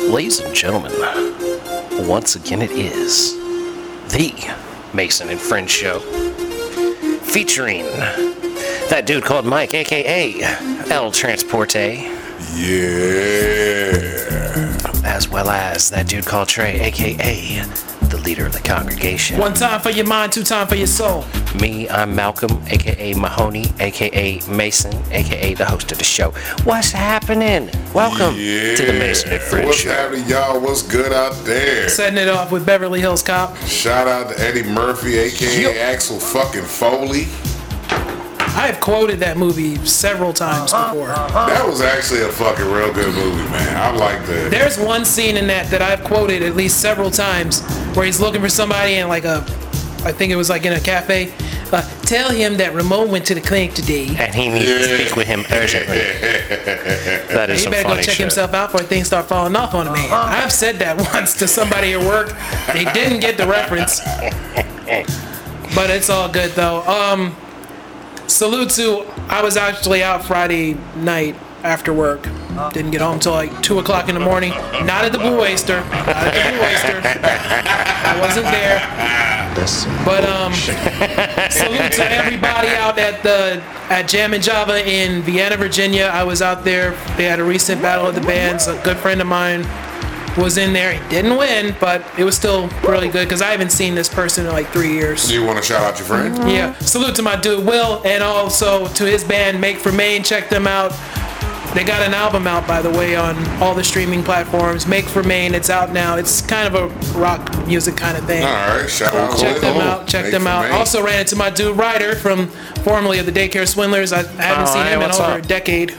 Ladies and gentlemen, once again it is the Mason and Friends show featuring that dude called Mike, aka El Transporte, Yeah. as well as that dude called Trey, aka the leader of the congregation. One time for your mind, two time for your soul. Me, I'm Malcolm, aka Mahoney, aka Mason, aka the host of the show. What's happening? Welcome to the Mason and Friends What's show. happening, y'all? What's good out there? Setting it off with Beverly Hills Cop. Shout out to Eddie Murphy, aka Yo. Axel fucking Foley. I have quoted that movie several times before. That was actually a fucking real good movie, man. I like that. There's one scene in that that I've quoted at least several times where he's looking for somebody in like a, I think it was like in a cafe. Uh, tell him that Ramon went to the clinic today. And he needs to speak with him urgently. That is He some better go funny check shit. himself out before things start falling off on a man. I've said that once to somebody at work. They didn't get the reference. But it's all good though. Um salute to I was actually out Friday night after work. Didn't get home till like two o'clock in the morning. Not at the Blue Oyster. Not at the Blue Oyster. I wasn't there. But um, salute to everybody out at the at Jam and Java in Vienna, Virginia. I was out there. They had a recent battle of the bands. A good friend of mine was in there. He didn't win, but it was still really good because I haven't seen this person in like three years. Do you want to shout out your friend? Yeah. Salute to my dude Will, and also to his band Make for Maine. Check them out. They got an album out, by the way, on all the streaming platforms. Make for Maine. It's out now. It's kind of a rock music kind of thing. All right, shout out. Check Will. them out. Check Make them for me. out. Also ran into my dude Ryder from formerly of the Daycare Swindlers. I, I haven't Oh, seen hey, him in what's over up? a decade.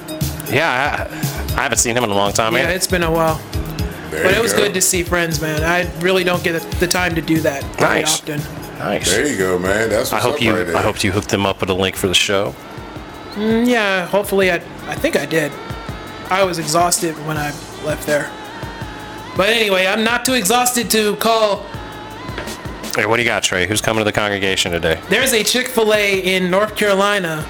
Yeah, I, I haven't seen him in a long time, Yeah, man. it's been a while. There But you it was go. good to see friends, man. I really don't get the time to do that very Nice. often. nice. There you go, man. That's I what's hope up you. right there. I hope you hooked them up with a link for the show. Mm, Yeah, hopefully I I think I did. I was exhausted when I left there. But anyway, I'm not too exhausted to call Hey, what do you got, Trey? Who's coming to the congregation today? There's a Chick fil A in North Carolina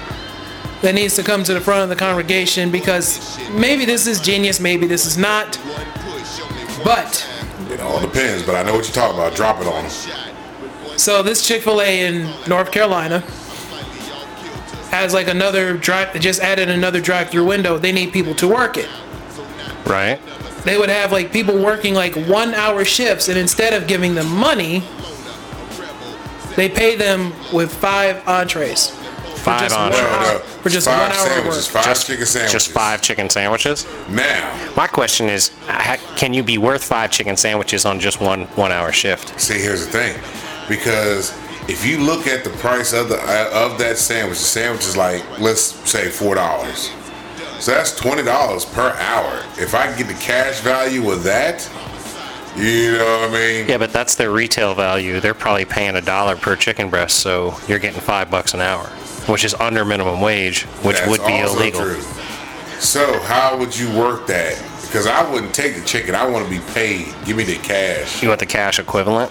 that needs to come to the front of the congregation because maybe this is genius, maybe this is not. But, It all depends, but I know what you're talking about. Drop it on them. so this Chick fil A in North Carolina has like another drive, they just added another drive through window. They need people to work it. Right? They would have like people working like one hour shifts, and instead of giving them money, they pay them with five entrees. Five just entrees. one hour- for just five one hour of sandwiches, five work. Just- chicken sandwiches. Just five chicken sandwiches. Now, My question is, ha- can you be worth five chicken sandwiches on just one one-hour shift? see, here's the thing, because if you look at the price of the uh, of that sandwich, the sandwich is like let's say four dollars. So that's twenty dollars per hour. If I can get the cash value of that, you know what I mean? Yeah, but that's their retail value. They're probably paying a dollar per chicken breast, so you're getting five bucks an hour, which is under minimum wage, which That's would be also illegal. true. So how would you work that? Because I wouldn't take the chicken. I want to be paid. Give me the cash. You want the cash equivalent?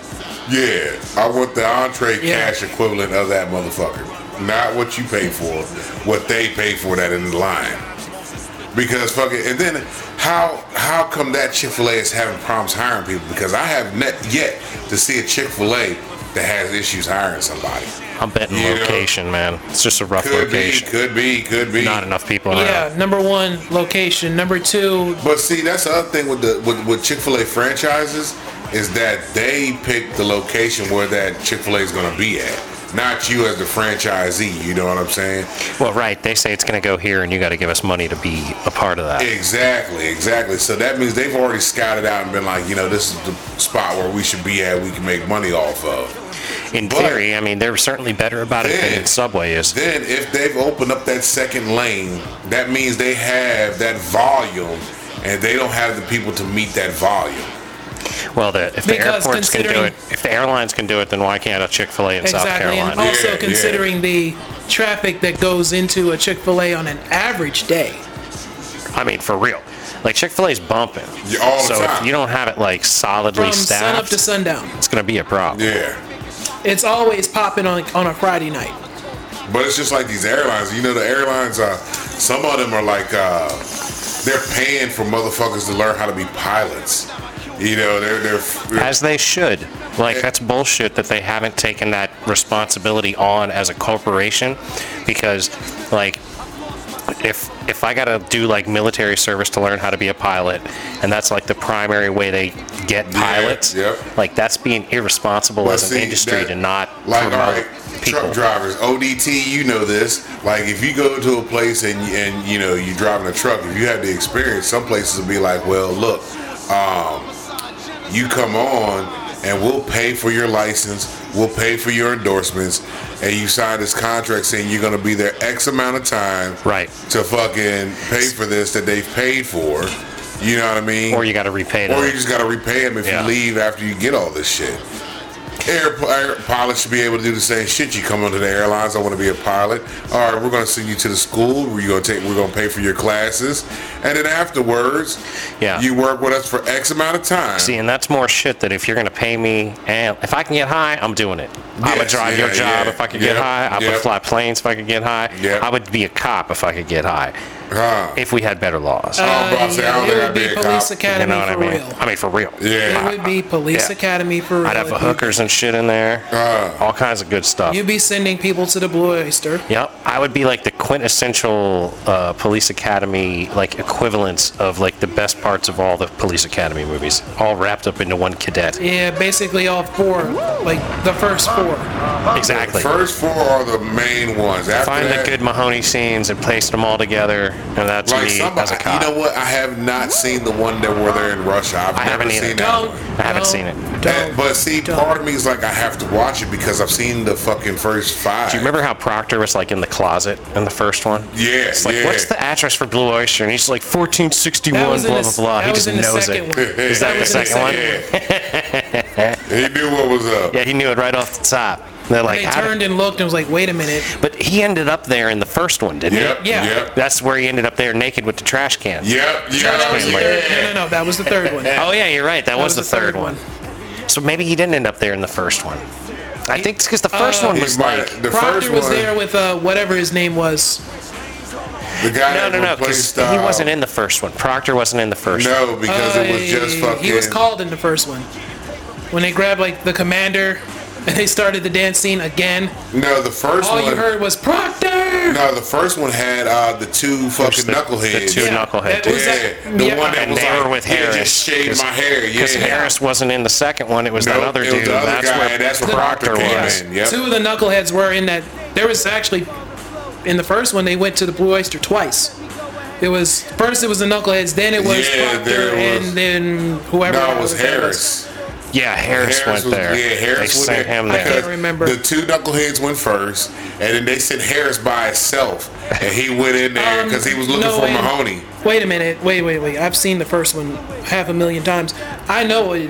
Yeah, I want the entree Yeah. cash equivalent of that motherfucker. Not what you pay for, what they pay for that in the line. Because fucking, and then how how come that Chick Fil A is having problems hiring people? Because I have not yet to see a Chick Fil A that has issues hiring somebody. I'm betting Yeah. location, man. It's just a rough Could be, location. could be, could be. Not enough people around. Yeah, number one, location. Number two, But see, that's the other thing with the with, with Chick Fil A franchises is that they pick the location where that Chick Fil A is going to be at, not you as the franchisee. You know what I'm saying? Well, right. They say it's going to go here, and you got to give us money to be a part of that. Exactly, exactly. So that means they've already scouted out and been like, you know, this is the spot where we should be at. We can make money off of. in but- theory, I mean, they're certainly better about it than Then- Subway is. Then if they've opened up that second lane, that means they have that volume, and they don't have the people to meet that volume. well, the, if the Because airports can do it, considering- if the airlines can do it, then why can't a Chick Fil A in South exactly, and Carolina? also Yeah, yeah. considering the traffic that goes into a Chick fil A on an average day. I mean, for real. Like Chick Fil A's bumping. Yeah, all the so if time. you don't have it like solidly From sun up staffed, to sundown. it's going to be a problem. Yeah. It's always popping on, on a Friday night. Oh, But it's just like these airlines. You know, the airlines. Uh, some of them are like uh, they're paying for motherfuckers to learn how to be pilots. You know, they're they're, they're as they should. Like that's bullshit that they haven't taken that responsibility on as a corporation, because like if if I gotta do like military service to learn how to be a pilot, and that's like the primary way they get Yeah, pilots, yep. like that's being irresponsible Well, as an see, industry that- to not like all promote right. people. Truck drivers, ODT, you know this. Like, if you go to a place and and you know you're driving a truck, if you have the experience, some places will be like, "Well, look, um, you come on and we'll pay for your license, we'll pay for your endorsements, and you sign this contract saying you're going to be there X amount of time, Right. To fucking pay for this that they've paid for. You know what I mean? or you got to repay them. Or you just gotta repay them if Yeah. you leave after you get all this shit. Air, air pilots should be able to do the same shit. You come onto the airlines. I want to be a pilot. All right, we're gonna send you to the school. We're gonna take. We're gonna pay for your classes, and then afterwards, Yeah. you work with us for X amount of time. See, and that's more shit that if you're gonna pay me, and if I can get high, I'm doing it. I would Yes, drive your yeah, job yeah, if I could get yep, high. I would yep. fly planes if I could get high. Yep. I would be a cop if I could get high. Huh. If we had better laws, Oh, bro, I say, I don't think yeah, it I'd would be Uh, be a police cop. you academy know what I for mean. real. I mean, for real. Yeah. It would be police Yeah. academy for real. I'd have Like, hookers and shit in there. Uh. all kinds of good stuff. You'd be sending people to the Blue Oyster. Yep, I would be like the quintessential uh, police academy like equivalents of like the best parts of all the police academy movies, all wrapped up into one cadet. Yeah, basically all four, like the first four. Exactly. First four are the main ones. After Find that, the good Mahoney scenes and place them all together, and that's Like me as somebody, a cop. you know what? I have not seen the one that were there in Russia. I've I never haven't either. seen that. Don't. one. I haven't don't, seen it. Don't. And- but see, don't. part of me is like, I have to watch it because I've seen the fucking first five. Do you remember how Proctor was like in the closet in the first one? Yeah, It's like, yeah. what's the address for Blue Oyster? And he's like, 1461, That was in blah, the- blah, blah. that He was just in the knows second it. one. Is that the second one? Yeah. he knew what was up. Yeah, he knew it right off the top. They're like, they how did- turned and looked and was like, wait a minute. But he ended up there in the first one, didn't Yep. Yeah. Yep. Yep. That's where he ended up there naked with the trash can. Yep. That was the Yeah. third- No, no, no. That was the third one. Oh, yeah, you're right. That, was, the third, one. So maybe he didn't end up there in the first one. I think because the first Uh, one He was might- like. the first Proctor was one, there with uh, whatever his name was. the guy No, that no, no, because replaced, he uh, wasn't in the first one. Proctor wasn't in the first one. No, because it was just Uh, fucking. He was called in the first one. When they grabbed like the commander and they started the dance scene again, No, the first all one. you heard was Proctor. no, the first one had uh, the two fucking the- the knuckleheads. two- knucklehead that was Yeah, that- the yeah. one that And was they like, were with "Yeah, Harris, just shaved 'cause- my hair. Yeah, Because Harris wasn't in the second one. It was Nope, that other it was dude. the other that's, guy, where that's where Proctor, Proctor came was. in. Yep. Two of the knuckleheads were in that. There was actually in the first one they went to the Blue Oyster twice. It was first it was the knuckleheads, then it was Yeah, Proctor, there it was. and then whoever. no, the it was other guy Harris. Yeah, Harris, went was- there. Yeah, Harris they went sent there. him I there. can't remember. The two knuckleheads went first, and then they sent Harris by himself, and he went in there because he was looking Um, No, for wait. Mahoney. Wait a minute. Wait, wait, wait. I've seen the first one half a million times. I know it,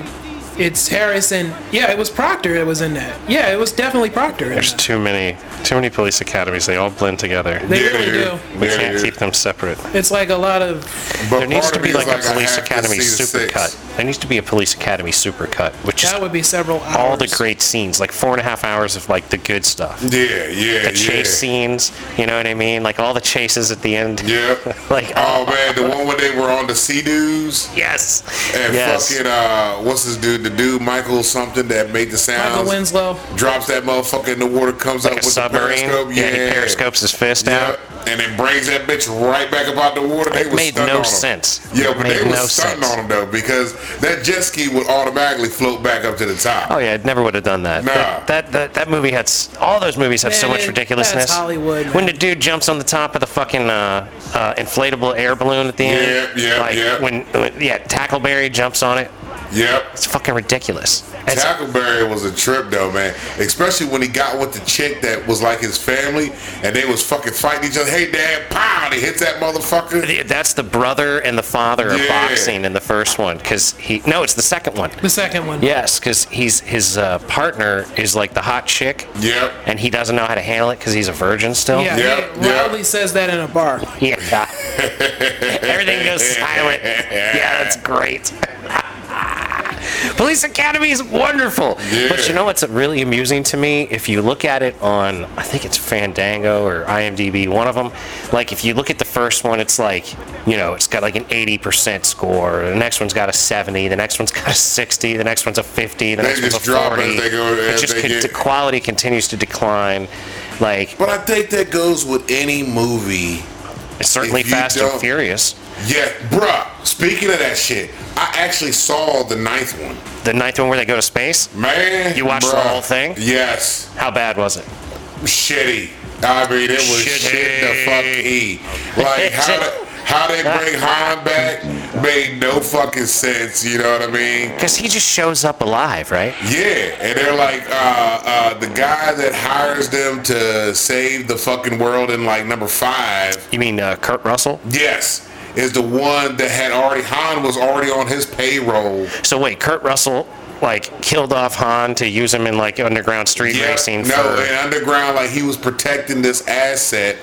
it's Harrison. Yeah, it was Proctor that was in that. Yeah, it was definitely Proctor. In There's that. too many, too many police academies. They all blend together. They really do. we can't keep them separate. It's like a lot of. But There needs part to of be me like is a I police have to academy see the six. supercut. There needs to be a police academy supercut, which is That would be several hours. all the great scenes, like four and a half hours of like the good stuff, the Yeah, yeah, yeah. chase scenes. You know what I mean? Like all the chases at the end. Yeah. Like oh man, the one when they were on the sea dudes yes, and yes. fucking uh, what's his dude? The dude Michael something that made the Michael sounds. Winslow. drops that motherfucker in the water, comes like up a with submarine. the periscope. yeah. he periscopes his fist Yep, and it brings that bitch right back up out the water. They It was made stunting no on 'em. sense. Yeah, It but made they was no stunting sense. on them though because that jet ski would automatically float back up to the top. out. Oh yeah, it never would have done that. Nah. That, that that that movie had s- all those movies have so Man, much that's ridiculousness. Hollywood, man. When the dude jumps on the top of the fucking uh, uh, inflatable air balloon at the end. Yeah, yeah, like, yeah. When, when yeah, Tackleberry jumps on it. Yep. It's fucking ridiculous. It's- Tackleberry was a trip though, man. Especially when he got with the chick that was like his family, and they was fucking fighting each other. Hey, dad, pow! And he hits that motherfucker. Th- That's the brother and the father of Yeah. boxing in the first one, because he no, it's the second one. The second one. Yes, because he's his uh, partner is like the hot chick, Yep. and he doesn't know how to handle it because he's a virgin still. Yeah, Yep, he yep. loudly says that in a bar. Yeah. Everything goes silent. Yeah, that's great. Police Academy is wonderful. Yeah. But you know what's really amusing to me? If you look at it on, I think it's Fandango or IMDb, one of them, like if you look at the first one, it's like, you know, it's got like an 80% score. The next one's got a 70. The next one's got a 60. The next one's a 50. The They next one's a just drop 40. as they go- it as just they con- get- the quality continues to decline. Like, But I think that goes with any movie. it's certainly if you Fast and don't- Furious. Yeah, bruh. Speaking of that shit, I actually saw the ninth one. The ninth one where they go to space? Man, You watched the bruh. whole thing? Yes, How bad was it? shitty. I mean, it was Shitty. shit the fuck e. Like how the, how they bring Han back made no fucking sense. You know what I mean? Because he just shows up alive, right? Yeah, and they're like uh, uh, the guy that hires them to save the fucking world in like number five. You mean uh, Kurt Russell? Yes, is the one that had already Han was already on his payroll. So wait, Kurt Russell like killed off Han to use him in like underground street Yeah, racing no, for and underground, like he was protecting this asset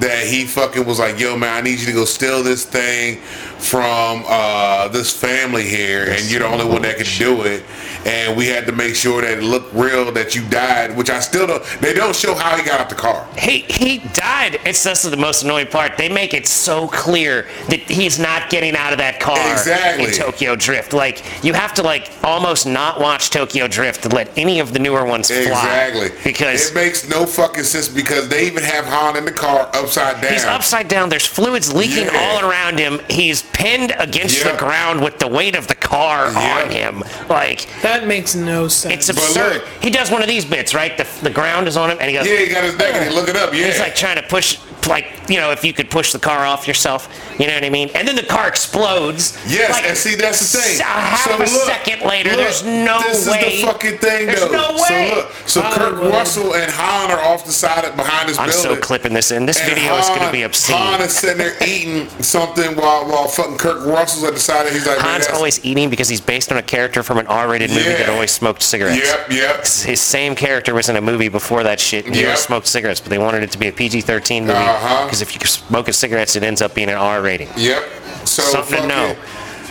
that he fucking was like, yo, man, I need you to go steal this thing from uh, this family here, and you're the only one that can do it. And we had to make sure that it looked real that you died, which I still don't. They don't show how he got out the car. He he died. It's this is the most annoying part. They make it so clear that he's not getting out of that car Exactly. in Tokyo Drift. Like you have to like almost not watch Tokyo Drift to let any of the newer ones fly. Exactly. Because it makes no fucking sense because they even have Han in the car upside down. He's upside down. There's fluids leaking Yeah. all around him. He's pinned against Yeah. the ground with the weight of the car Yeah. on him. Like That makes no it's sense. absurd. look- he does one of these bits, right? The, the ground is on him, and he goes. Yeah, he got his neck and he look it up. Yeah. He's like trying to push, like you know, if you could push the car off yourself, you know what I mean. And then the car explodes. Yes, like, and see that's the thing. s- A half So a look, second later, look, there's no this way. is the fucking thing, There's though. no way. Oh, So look, so Kirk Hollywood. Russell and Han are off the side of, behind this I'm building. so clipping this in. This and video is going to be obscene. Han is sitting there eating something while while fucking Kirk Russell's at the side. He's like, man, Han's that's- always eating because he's based on a character from an R-rated movie Yeah. that always smoked cigarettes. Yep, yep. his same character was in a movie before that shit and he Yeah. always smoked cigarettes but they wanted it to be a pg-13 movie Uh-huh. because if you smoke a cigarette it ends up being an r rating Yep. So Something to fucking- know.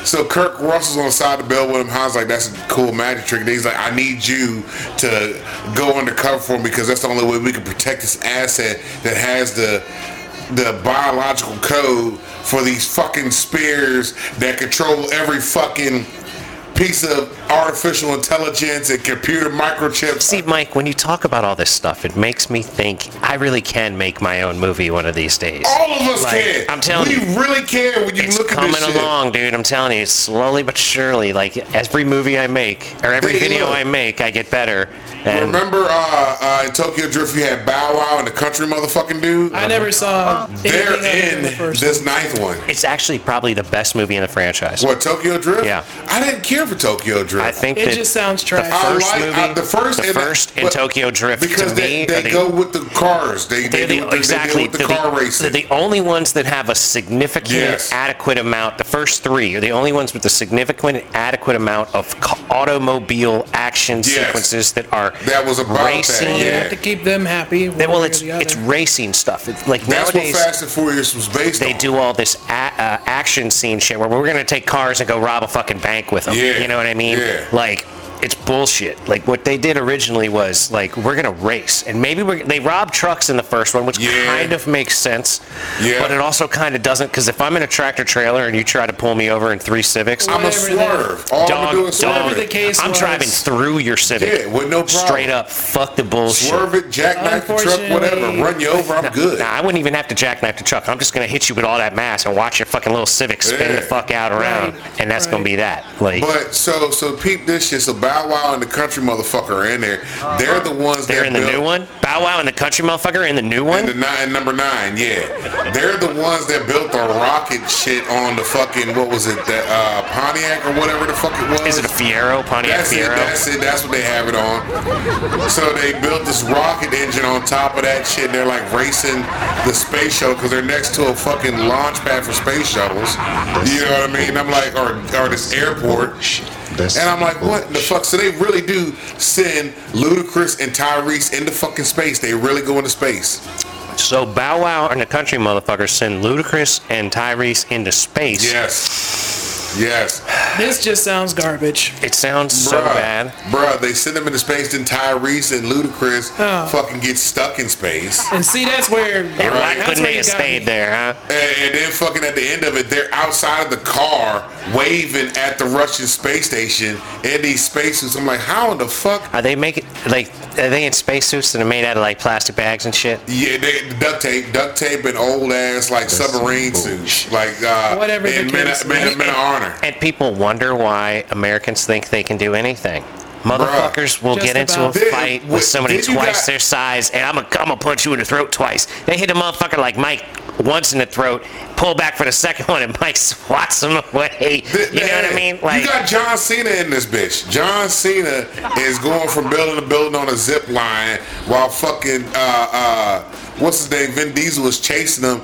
So Kirk Russell's on the side of the bill with him. Han's like, that's a cool magic trick. And he's like, I need you to go undercover for him because that's the only way we can protect this asset that has the the biological code for these fucking spears that control every fucking piece of artificial intelligence and computer microchips. see mike when you talk about all this stuff it makes me think i really can make my own movie one of these days all of us Like, can. I'm telling we you. really can when you it's look at coming this shit. along dude i'm telling you slowly but surely like every movie i make or every Hey, video look. i make i get better and Remember uh, uh, in Tokyo Drift, you had Bow Wow and the country motherfucking dude. I never saw They're anything in in the first. this ninth one. it's actually probably the best movie in the franchise What Tokyo Drift? Yeah. I didn't care for Tokyo Drift. i think It that just sounds the trash. I first like- movie, uh, the first the and the- first in but- Tokyo Drift because to they, me, they are the- go with the cars. They, They're they, the, do, they, exactly they do with the they're car the, racing. they're the only ones that have a significant, Yes. adequate amount. The first three are the only ones with a significant, adequate amount of ca- automobile action sequences that are That was about that, racing. Well, you yeah. That, have to keep them happy. one well, way or it's the other. it's racing stuff. It's like That's what nowadays Fast and Furious was based they on. do all this a- uh, action scene shit where we're gonna take cars and go rob a fucking bank with them. Yeah. You know what I mean? Yeah. Like. It's bullshit. Like what they did originally was like we're gonna race, and maybe we're, they robbed trucks in the first one, which Yeah. kind of makes sense. Yeah. But it also kind of doesn't because if I'm in a tractor trailer and you try to pull me over in three Civics, I'm a Whatever they- swerve. All I'm dog, doing dog, is swerve Whatever the it. case I'm was, driving through your Civic. Yeah, with no problem. Straight up, fuck the bullshit. Swerve it, jackknife the truck, whatever. Unfortunately- Run you over, I'm good. Nah, I wouldn't even have to jackknife the truck. I'm just gonna hit you with all that mass and watch your fucking little Civic spin Yeah. the fuck out around, Right, and that's gonna right. be that. Like But so so peep this shit. So Bow Wow and the country motherfucker are in there. They're the ones they're that in the built- new one. Bow Wow and the Country Motherfucker in the new one. And the nine, number nine, yeah. They're the ones that built the rocket shit on the fucking what was it, the uh, Pontiac or whatever the fuck it was. Is it a Fiero Pontiac that's it, Fiero? that's it, that's what they have it on. So they built this rocket engine on top of that shit. They're like racing the space shuttle because they're next to a fucking launch pad for space shuttles. You know what I mean? I'm like, or, or this airport. And I'm like, what in the fuck? So they really do send Ludacris and Tyrese into fucking space. They really go into space. so Bow Wow and the Country Motherfucker send Ludacris and Tyrese into space. Yes. Yes. This just sounds garbage. It sounds so bad. Bruh, they send him into space, then Tyrese and Ludacris Oh. fucking get stuck in space. And see, that's where. And why that's couldn't where they you have got me. stayed there, huh? And, and then fucking at the end of it, they're outside of the car waving at the Russian space station in these spacesuits. I'm like, how in the fuck? Are they making like are they in spacesuits that are made out of like plastic bags and shit? Yeah, they, duct tape, duct tape, and old ass like submarine suits, like uh, Whatever the in Men, case Men, may Men of Honor. And people wonder why Americans think they can do anything. Motherfuckers will Just get into a about. Then- fight wh- with somebody then you twice got- their size, and I'm gonna I'm gonna punch you in the throat twice. They hit a motherfucker like Mike once in the throat, pull back for the second one, and Mike swats him away. Th- You know what I man, mean? Like you got John Cena in this bitch. John Cena is going from building to building on a zip line while fucking uh, uh, what's his name? Vin Diesel is chasing him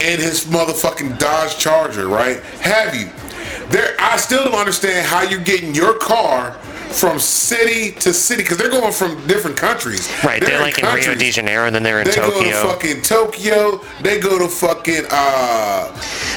in his motherfucking Dodge Charger, right? Have you? There, I still don't understand how you're getting your car from city to city because they're going from different countries. right? They're, like in Rio countries. de Janeiro, and then they're in They Tokyo. go to fucking Tokyo. They go to fucking uh,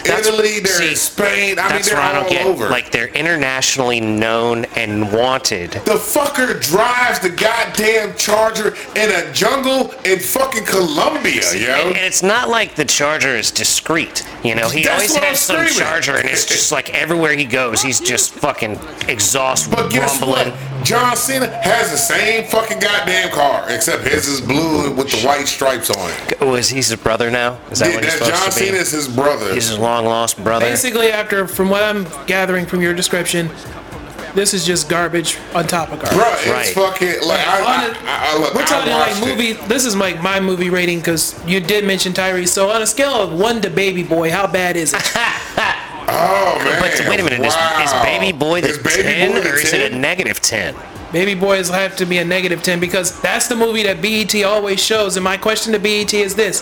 That's- Italy. They're see, in Spain. I mean, That's they're what I don't all get. over. Like they're internationally known and wanted. the fucker drives the goddamn charger in a jungle in fucking Colombia, yo. And it's not like the charger is discreet. You know, he That's always what I'm has some screaming. charger, and it's just like everywhere he goes, he's just fucking exhaust But guess rumbling. what? John Cena has the same fucking goddamn car, except his is blue with the white stripes on it. Oh, is he his brother now? Is that Yeah, what he's that's supposed John to be? Cena is his brother. he's his long lost brother. Basically, after from what I'm gathering from your description, this is just garbage on top of garbage. Bruh, it's Right. fucking like I, I, I, I look. We're talking I like watched it. movie. This is like my movie rating because you did mention Tyrese. So on a scale of one to Baby Boy, how bad is it? Oh man! but wait a minute, wow. is, is Baby Boy the Is Baby 10 Boy the or is it a 10? negative 10? Baby Boy is have to be a negative ten because that's the movie that BET always shows. And my question to BET is this: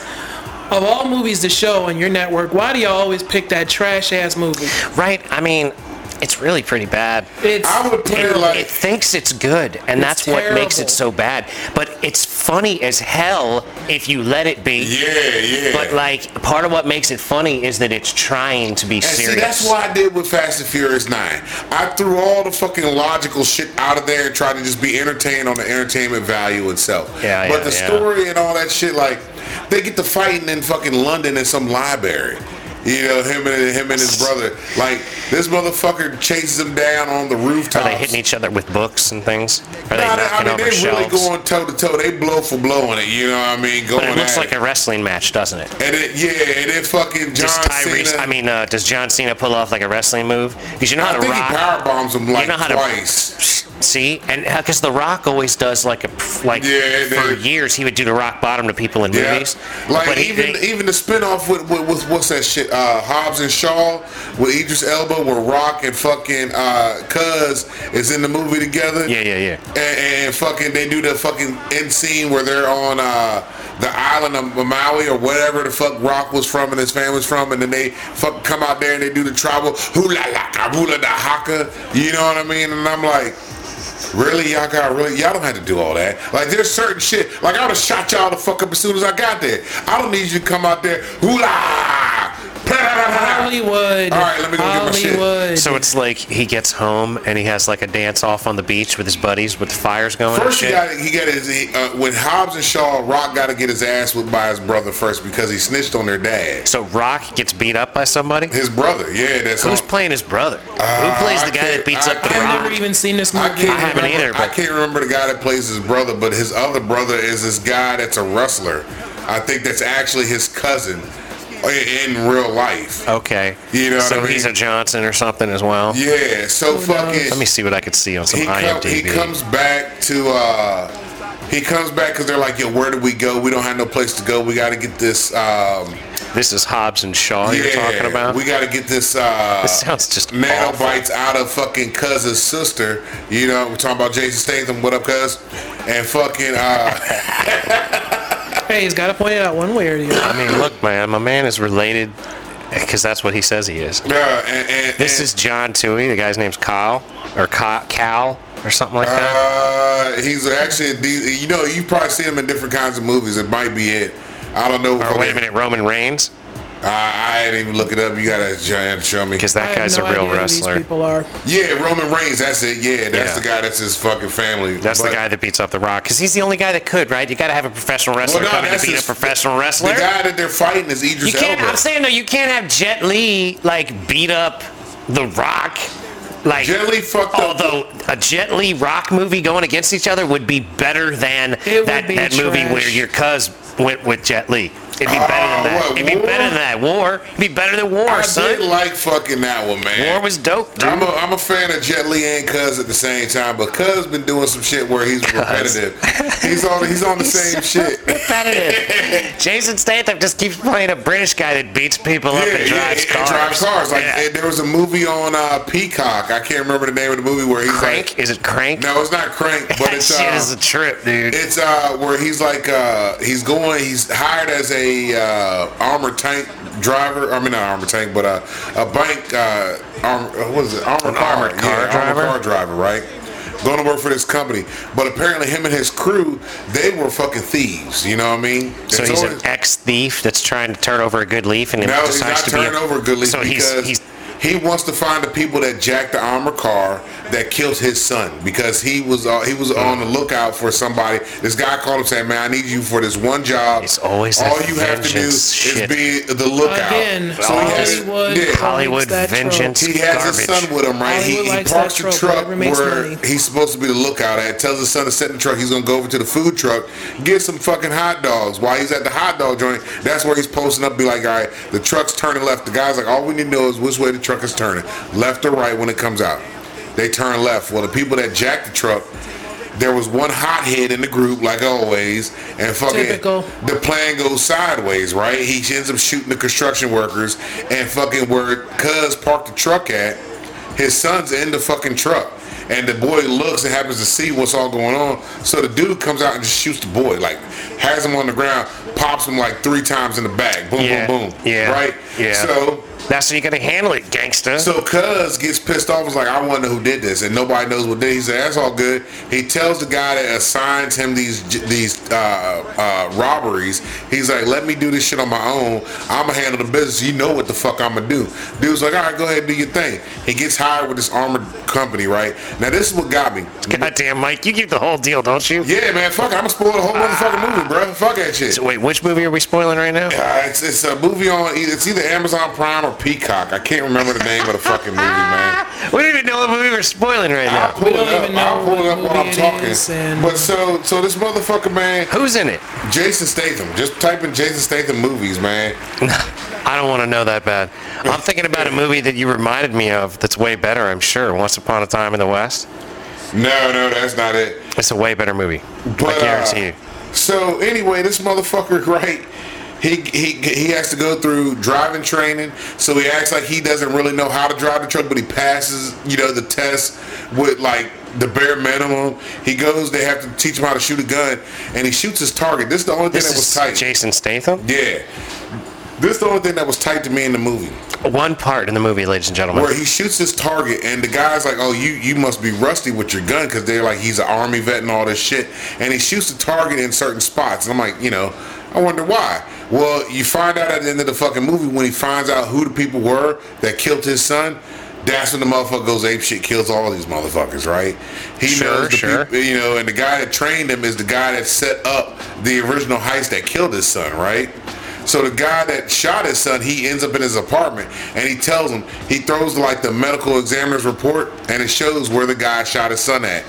Of all movies to show on your network, why do y'all always pick that trash ass movie? Right? I mean, it's really pretty bad. It's I would put it it, like it thinks it's good, and that's what makes it so terrible. bad. But it's funny as hell if you let it be. yeah, yeah. But like, part of what makes it funny is that it's trying to be And serious. see, that's what I did with Fast and Furious 9. I threw all the fucking logical shit out of there and tried to just be entertained on the entertainment value itself. Yeah, but yeah, the yeah. story and all that shit, like, they get to fighting in fucking London in some library. You know, him and him and his brother. Like, this motherfucker chases him down on the rooftop. Are they hitting each other with books and things? Are they Nah, they- I knocking mean, over they really shelves? going toe to toe. They blow for blow on it. You know what I mean? Going but it looks at like a wrestling match, doesn't it? and then, yeah, and then fucking John Does Tyrese? Cena. I mean, uh, does John Cena pull off like a wrestling move? Because you know how I to think rock. he power bombs him you like know how twice. to see, and because the Rock always does like a like Yeah, they- for years he would do the rock bottom to people in Yeah. movies. Like But he- even they- even the spinoff with, with with what's that shit? Uh, Hobbs and Shaw with Idris Elba, where Rock and fucking uh, Cuz is in the movie together. yeah, yeah, yeah. And, and fucking they do the fucking end scene where they're on uh, the island of Maui or whatever the fuck Rock was from and his family's from, and then they fuck come out there and they do the tribal hula la kabula da haka. You know what I mean? And I'm like. Really, y'all got really y'all don't have to do all that. Like there's certain shit. Like I would have shot y'all the fuck up as soon as I got there. I don't need you to come out there hula. Hollywood. All right, let me go get my shit. Hollywood. So it's like he gets home and he has like a dance off on the beach with his buddies with the fires going. and First, he shit. got he got his he, uh, when Hobbs and Shaw Rock got to get his ass whipped by his brother first because he snitched on their dad. So Rock gets beat up by somebody. His brother, yeah, that's Who's on- playing his brother? Uh, Who plays the I guy that can't- beats I up the can't- I've Rock? never even seen this I movie. can't. I haven't remember, either, I but- can't remember the guy that plays his brother, but his other brother is this guy that's a wrestler. I think that's actually his cousin in, in real life. Okay. You know what so I mean? he's a Johnson or something as well. Yeah, so fucking. Let me see what I could see on some he, come, IMDb. he comes back to uh he comes back because they're like yo where do we go we don't have no place to go we got to get this um this is Hobbs and Shaw you're yeah, talking about. we got to get this uh this sounds just awful. nanobites out of fucking cousin's sister you know we're talking about jason statham what up cuz and fucking uh Hey, he's got to point it out one way or the other. I mean, look, man, my man is related because that's what he says he is. yeah, and, and This and, is John Toohey. The guy's name's Kyle or Ka- Cal or something like that. uh he's actually a de- you know you probably see him in different kinds of movies it might be it i don't know Or fucking- wait a minute, Roman Reigns. I, I didn't even look it up. You gotta sh- you have to show me. Because I that have guy's no a real idea who These wrestler. people are. Yeah, Roman Reigns. That's it. Yeah, that's Yeah. the guy. That's his fucking family. That's But the guy that beats up The Rock. Because he's the only guy that could, right? You got to have a professional wrestler no, coming to that's beat his- a professional The wrestler. guy that they're fighting is Idris you can't. Elba. I'm saying though, you can't have Jet Li like beat up The Rock. Like Jet Li fucked up- Although a Jet Li Rock movie going against each other would be better than It that, would be that movie trash. where your cuz went with Jet Li. It'd be better than Oh, that. what, It'd be War? better than that. War. It'd be better than War, I son. did like fucking that one, man. War was dope, dude. I'm a, I'm a fan of Jet Li and Cuz at the same time, but Cuz been doing some shit where he's repetitive. He's on he's on the same shit. repetitive. Jason Statham just keeps playing a British guy that beats people up and drives and cars. drives cars. Like Yeah. there was a movie on uh, Peacock. I can't remember the name of the movie where he's crank? like, Is it crank? no, it's not Crank, but that it's shit is uh, a trip, dude. it's uh where he's like uh he's going he's hired as a uh, armored tank driver. I mean not armored tank, but uh, a bank uh arm what is it armored An armored car driver? armored car driver, right? Going to work for this company, but apparently him and his crew they were fucking thieves. You know what I mean? so It's he's always- an ex thief that's trying to turn over a good leaf, and he no, he's not decides to be. turning over Goodleaf so he's, because he's he wants to find the people that jacked the armored car that killed his son because he was uh, he was Mm. on the lookout for somebody. This guy called him saying, "Man, I need you for this one job. It's always all that you have to do vengeance is shit. be the lookout." Again, so he has, Hollywood. yeah, Hollywood that trope. vengeance. he has his garbage. son with him, right? He, Hollywood he likes parks that the trope, truck whatever makes where money. he's supposed to be the lookout at. Tells his son to sit in the truck. He's gonna go over to the food truck, get some fucking hot dogs. While he's at the hot dog joint, that's where he's posting up. Be like, all right, the truck's turning left. The guy's like, all we need to know is which way the truck is turning, left or right when it comes out. They turn left. Well, the people that jacked the truck. There was one hothead in the group, like always, and fucking Typical. the plan goes sideways, right? He ends up shooting the construction workers and fucking where Cuz parked the truck at, his son's in the fucking truck. And the boy looks and happens to see what's all going on. So the dude comes out and just shoots the boy, like has him on the ground, pops him like three times in the back. Boom, yeah, boom, boom. Yeah. Right? Yeah. So that's how you gotta handle it, gangsta. so Cuz gets pissed off. Is like, I want to know who did this, and nobody knows what did. it. He said, "That's all good." He tells the guy that assigns him these these uh, uh, robberies. He's like, "Let me do this shit on my own. I'ma handle the business. You know what the fuck I'ma do." Dude's like, "All right, go ahead, do your thing." He gets hired with this armored company, right? Now this is what got me. Goddamn, Mike, you keep the whole deal, don't you? Yeah, man, fuck. it. I'ma spoil the whole motherfucking movie, bro. Fuck that shit. So wait, which movie are we spoiling right now? Uh, it's, it's a movie on either it's either Amazon Prime or Peacock. I can't remember the name of the fucking movie, man. We don't even know what movie we're spoiling right I'll now. pull it don't up. even know I'll pull it what up while movie I'm it is talking. and- But so, so this motherfucker, man, Who's in it? Jason Statham. Just type in Jason Statham movies, man. I don't want to know that bad. I'm thinking about a movie that you reminded me of that's way better, I'm sure. Once Upon a Time in the West. No, no, that's not it. It's a way better movie. But I guarantee uh, you. So anyway, this motherfucker, right? He, he, he has to go through driving training, so he acts like he doesn't really know how to drive the truck, but he passes, you know, the test with like the bare minimum. He goes, they have to teach him how to shoot a gun, and he shoots his target. This is the only thing This that was is tight. Jason Statham. Yeah. This is the only thing that was tight to me in the movie, One part in the movie, ladies and gentlemen. where he shoots his target, and the guy's like, "Oh, you you must be rusty with your gun," because they're like, he's an army vet and all this shit, and he shoots the target in certain spots, and I'm like, you know, I wonder why. Well, you find out at the end of the fucking movie when he finds out who the people were that killed his son. That's when the motherfucker goes ape shit, kills all these motherfuckers, right? He Sure, knows the sure. people, you know, and the guy that trained him is the guy that set up the original heist that killed his son, right? So the guy that shot his son, he ends up in his apartment, and he tells him he throws like the medical examiner's report, and it shows where the guy shot his son at.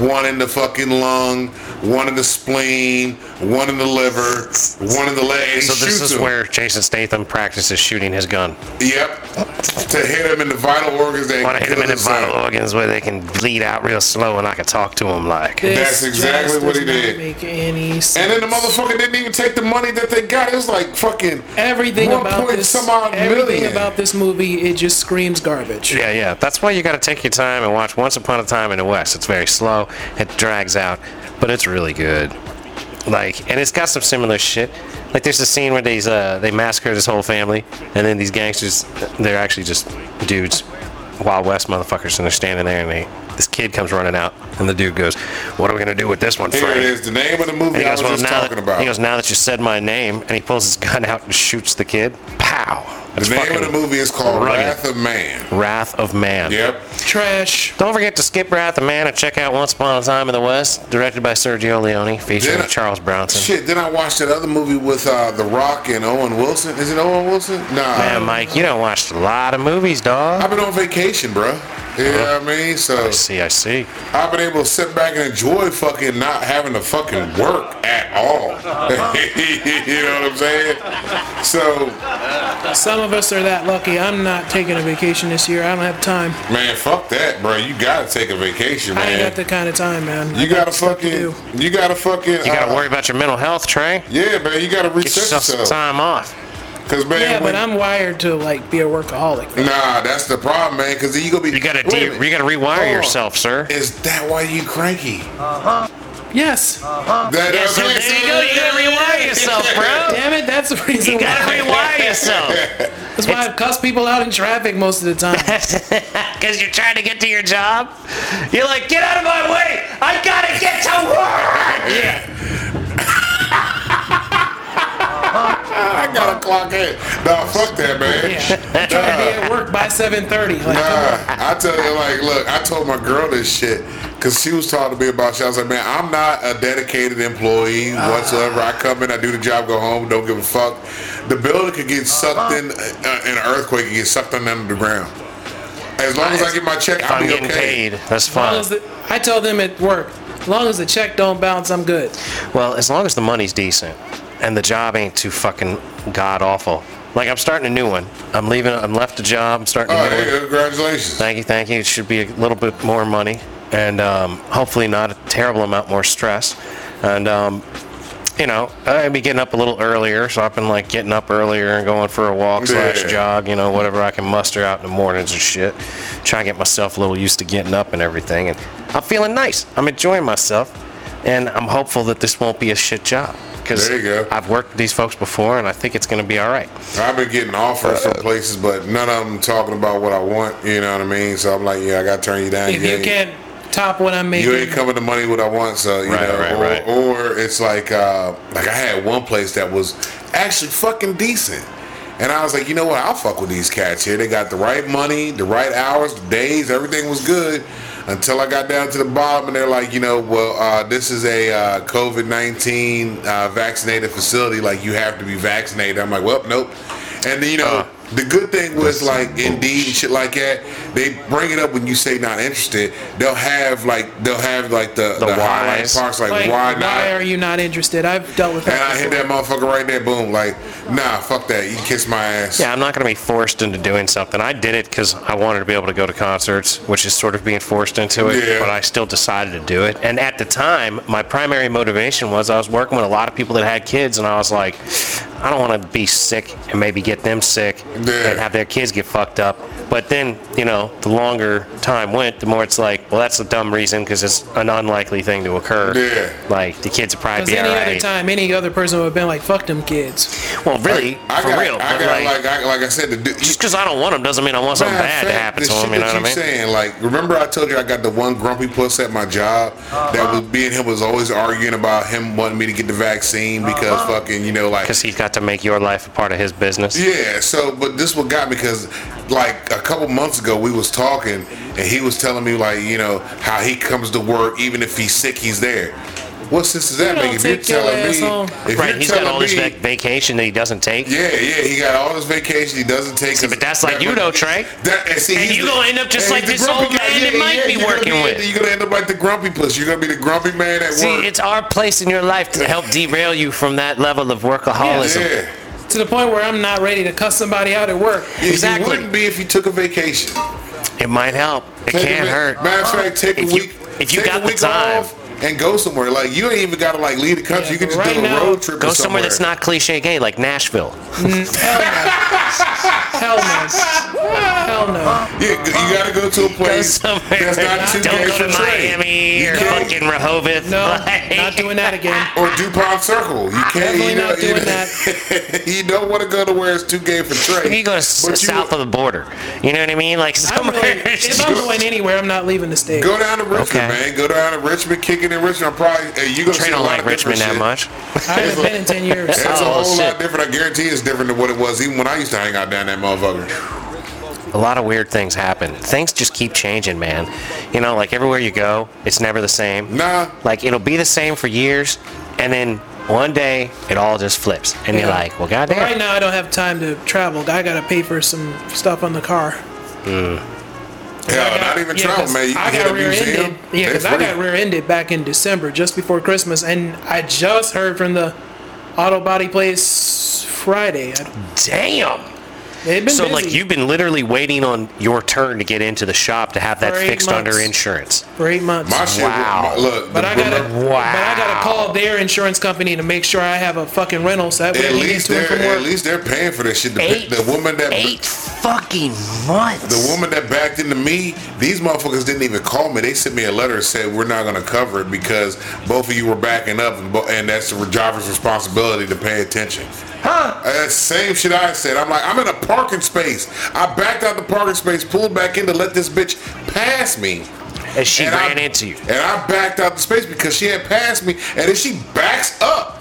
One in the fucking lung, one in the spleen, one in the liver, one in the leg. and he so this shoots is him. where Jason Statham practices shooting his gun. Yep. To hit him in the vital organs. That Want to hit him killed in the his son. vital organs where they can bleed out real slow, and I can talk to him like. This That's exactly just what does he not did. Make any sense. And then the motherfucker didn't even take the money that they got. It was like fucking Everything one about point this, some odd everything million. about this movie, it just screams garbage. Yeah, yeah. That's why you got to take your time and watch Once Upon a Time in the West. It's very slow, it drags out, but it's really good. Like, and it's got some similar shit. Like, there's a scene where these uh, they massacre this whole family, and then these gangsters, they're actually just dudes, Wild West motherfuckers, and they're standing there, and they, this kid comes running out, and the dude goes, "What are we gonna do with this one, Here Frank?" it is. The name of the And movie he I goes, was well, just now talking that, about. he goes, now that you said my name, and he pulls his gun out and shoots the kid. Pow! How? That's the name fucking of the movie is called rugged. Wrath of Man. Wrath of Man. Yep. Trash. Don't forget to skip Wrath of Man and check out Once Upon a Time in the West, directed by Sergio Leone, featuring Did I- Charles Bronson. Shit, then I watched that other movie with uh, The Rock and Owen Wilson. Is it Owen Wilson? Nah. Man, Mike, you don't watch a lot of movies, dog. I've been on vacation, bro. You know Uh-huh. what I mean? So I see, I see. I've been able to sit back and enjoy fucking not having to fucking work at all. you know what I'm saying? So, Some of us are that lucky. I'm not taking a vacation this year. I don't have time. man, fuck that, bro. You gotta take a vacation, I ain't man. got the kind of time, man. you gotta stuff to fucking, do. you gotta fucking. uh, You gotta worry about your mental health, Trey. Yeah, man, you gotta Get reset yourself some yourself. time off. Cause man, Yeah, when- but I'm wired to like be a workaholic. nah, that's the problem, man. Cause you gonna be. You gotta Wait a de- minute. you gotta Hold rewire on. yourself, sir. Is that why you cranky? Yes. That- Yeah, so okay, there you go. You gotta rewire yourself, bro. Damn it, that's the reason You gotta why. rewire yourself That's why I cuss people out in traffic most of the time. because you're trying to get to your job. You're like, get out of my way! I gotta get to work. Yeah. I gotta clock in. Nah, fuck that, man. I'm trying to be at work by 7:30. Like, Nah, I tell you, like, look, I told my girl this shit because she was talking to me about shit. I was like, man, I'm not a dedicated employee whatsoever. I come in, I do the job, go home, don't give a fuck. The building could get Uh-huh. sucked in uh, in an earthquake and get sucked on under the ground. As long as I get my check, If I'll I'm be getting okay. paid, that's as long fine. as the- I tell them at work, as long as the check don't bounce, I'm good. Well, as long as the money's decent and the job ain't too fucking god awful. Like I'm starting a new one. I'm leaving. I'm left the job. I'm starting Oh, a new one. yeah, congratulations. Thank you, thank you. It should be a little bit more money, and um, hopefully not a terrible amount more stress. And um, you know, I'd be getting up a little earlier, so I've been like getting up earlier and going for a walk slash Yeah. jog, you know, whatever I can muster out in the mornings and shit. Try and get myself a little used to getting up and everything. And I'm feeling nice. I'm enjoying myself, and I'm hopeful that this won't be a shit job because There you go. I've worked with these folks before, and I think it's going to be all right. I've been getting offers from places, but none of them talking about what I want. You know what I mean? So I'm like, yeah, I got to turn you down. If Yeah, you can't top what I'm making, you ain't coming to money what I want, so you Right, know, right, or, right. or it's like uh, like I had one place that was actually fucking decent, and I was like, you know what, I'll fuck with these cats here. They got the right money, the right hours, the days, everything was good until I got down to the bottom, and they're like, you know, well, uh, this is a uh, COVID nineteen uh, vaccinated facility. Like you have to be vaccinated. I'm like, well, nope, and then, you know. the good thing was like Indeed and shit like that. They bring it up when you say not interested. They'll have like they'll have like the the, The highlight whys. parts like, like, why not? why are you not interested? I've dealt with and I that. hit before. that motherfucker right there, boom, like, nah, fuck that. You can kiss my ass. Yeah, I'm not going to be forced into doing something. I did it because I wanted to be able to go to concerts, which is sort of being forced into it, Yeah. but I still decided to do it. And at the time, my primary motivation was I was working with a lot of people that had kids, and I was like, I don't want to be sick and maybe get them sick Yeah. and have their kids get fucked up. But then, you know, the longer time went, the more it's like, well, that's a dumb reason because it's an unlikely thing to occur. Yeah. Like, the kids would probably 'Cause be any all other right. time, any other person would have been like, "Fuck them kids." Well, really, I for got, real. I but got like, like, I, like I said, the dude. just because I don't want them doesn't mean I want something bad Matter of to fact, happen the to them. You shit know what I that mean? saying, like, remember I told you I got the one grumpy puss at my job that was being him was always arguing about him wanting me to get the vaccine because fucking, you know, like Because he's got to make your life a part of his business. Yeah, so but this what got me because like a couple months ago we was talking and he was telling me like you know how he comes to work even if he's sick he's there. What sense does that You make don't if you're take your telling ass me? home. If right, you're he's got telling all this me- vac- vacation that he doesn't take. Yeah, yeah, he got all this vacation he doesn't take. See, but that's like you though, Trey. That, and see, And he's you the- gonna end up just and like he's the this old grumpy man that Mike be you're gonna working with. You're gonna end up like the grumpy puss. You're gonna be the grumpy man at See, work. it's our place in your life to help derail you from that level of workaholism. yeah, To the point where I'm not ready to cuss somebody out at work. Exactly. You wouldn't be if you took a vacation. It might help. It Take a can't va- hurt. Matter of fact, take If a you- week. if you take got a the week time. off and go somewhere, like you ain't even gotta like leave the country. Yeah, you can just right do a now, road trip. Go or somewhere that's not cliche gay, like Nashville. Hell no. Hell no. Hell Hell no. Yeah, you gotta go to a place Go somewhere. that's not too Don't big go for to trade. Miami You or can't- fucking Rehoboth. No, Like- not doing that again. Or DuPont Circle. You can't. Definitely you know, not doing you, you don't want to go to where it's too gay for trade. You go s- but you south of the border. You know what I mean? Like I'm somewhere. really, if I'm going anywhere, I'm not leaving the state. Go down to Richmond, Okay. man. Go down to Richmond, kick it in Richmond. Probably hey, you gonna Trey see a don't like lot of different Richmond that shit. much. I haven't been in 10 years. It's a Oh, whole shit. lot different. I guarantee it's different than what it was even when I used to hang out down that motherfucker. A lot of weird things happen. Things just keep changing, man. You know, like everywhere you go, it's never the same. Nah, Like it'll be the same for years, and then one day it all just flips, and you're Yeah. like, well, Oh. goddamn. Right now, I don't have time to travel. I gotta pay for some stuff on the car. hell, I got- not even yeah, travel, 'cause man. You I can hit got a museum. rear-ended. Yeah, That's because I got free. rear-ended back in December, just before Christmas, and I just heard from the auto body place Friday. I- Damn. They've been So busy like you've been literally waiting on your turn to get into the shop to have that For eight fixed under months. insurance. for eight months. My shit. Wow. My, look, but the- I gotta, remember- but I gotta call their insurance company to make sure I have a fucking rental, so that way At I can get least to and they're from at work. least they're paying for this shit. The, Eight- the woman that Eight fucking months. the woman that backed into me, these motherfuckers didn't even call me. They sent me a letter and said we're not gonna cover it because both of you were backing up, and, bo- and that's the driver's responsibility to pay attention. Huh? That's the same shit I said. I'm like, I'm in a parking space. I backed out the parking space, pulled back in to let this bitch pass me. and she And ran I, into you. And I backed out the space because she had passed me. And then she backs up.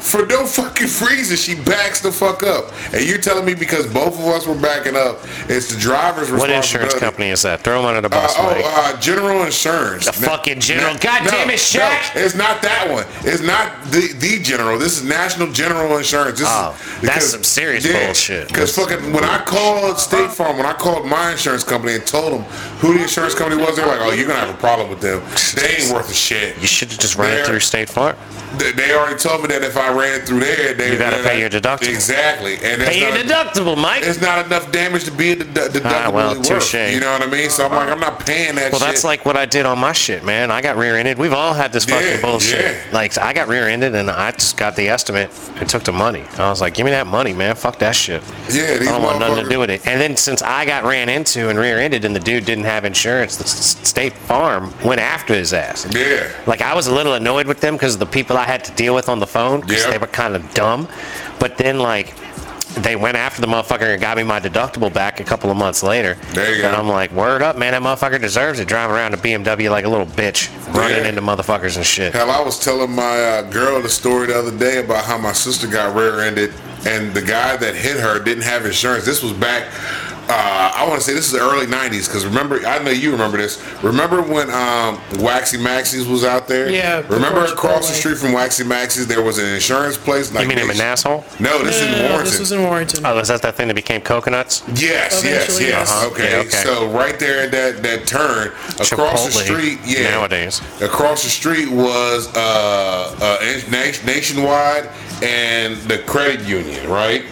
For no fucking reason, she backs the fuck up. And you're telling me because both of us were backing up, it's the driver's What responsibility. insurance company is that? Throw them under the Uh, bus, oh, Mike. uh, General Insurance. The fucking General. God damn it, Shaq. it's not that one. It's not the the General. This is National General Insurance. This Oh, is, that's some serious bullshit. Because fucking, when I called State Farm, when I called my insurance company and told them who the insurance company was, they're like, "Oh, you're gonna have a problem with them. They ain't worth a shit." you should have just run it They're- through State Farm. They, they already told me that if I ran through there, they You gotta they're pay your not- deductible. Exactly, and that's Pay your not- deductible, Mike. It's not enough damage to be a dedu- deductible. Ah, well, worth, touche. You know what I mean? So I'm like, I'm not paying that. Well, that's shit. like what I did on my shit, man. I got rear-ended. We've all had this Yeah, fucking bullshit. yeah. Like I got rear-ended, and I just got the estimate and took the money. I was like, "Give me that money, man. Fuck that shit. Yeah, I these don't want nothing to motherfuckers- do with it." And then since I got ran into and rear-ended, and the dude didn't have insurance, the s- State Farm went after his ass. yeah. Like I was a little annoyed with them because the people I had to deal with on the phone 'cause Yeah. they were kind of dumb. But then like they went after the motherfucker and got me my deductible back a couple of months later. There you and go. I'm like, word up, man, that motherfucker deserves it. Driving around a BMW like a little bitch, running Yeah. into motherfuckers and shit. Hell, I was telling my uh, girl the story the other day about how my sister got rear-ended, and the guy that hit her didn't have insurance. This was back. Uh, I want to say this is the early '90s because remember, I know you remember this. Remember when um, Waxy Maxie's was out there? Yeah, Remember before across the Chipotle. street from Waxy Maxie's, there was an insurance place. Like You mean him they- an asshole? No, this is No, no, in no, Warrenton. Uh, this was in Warrington. Oh, is that that thing that became coconuts? Yes, yes, Eventually, yes. yes. Okay. Yeah, Uh-huh. okay. so right there at that that turn across the Chipotle street, yeah. nowadays. across the street was uh, uh, in- na- Nationwide and the credit union, right?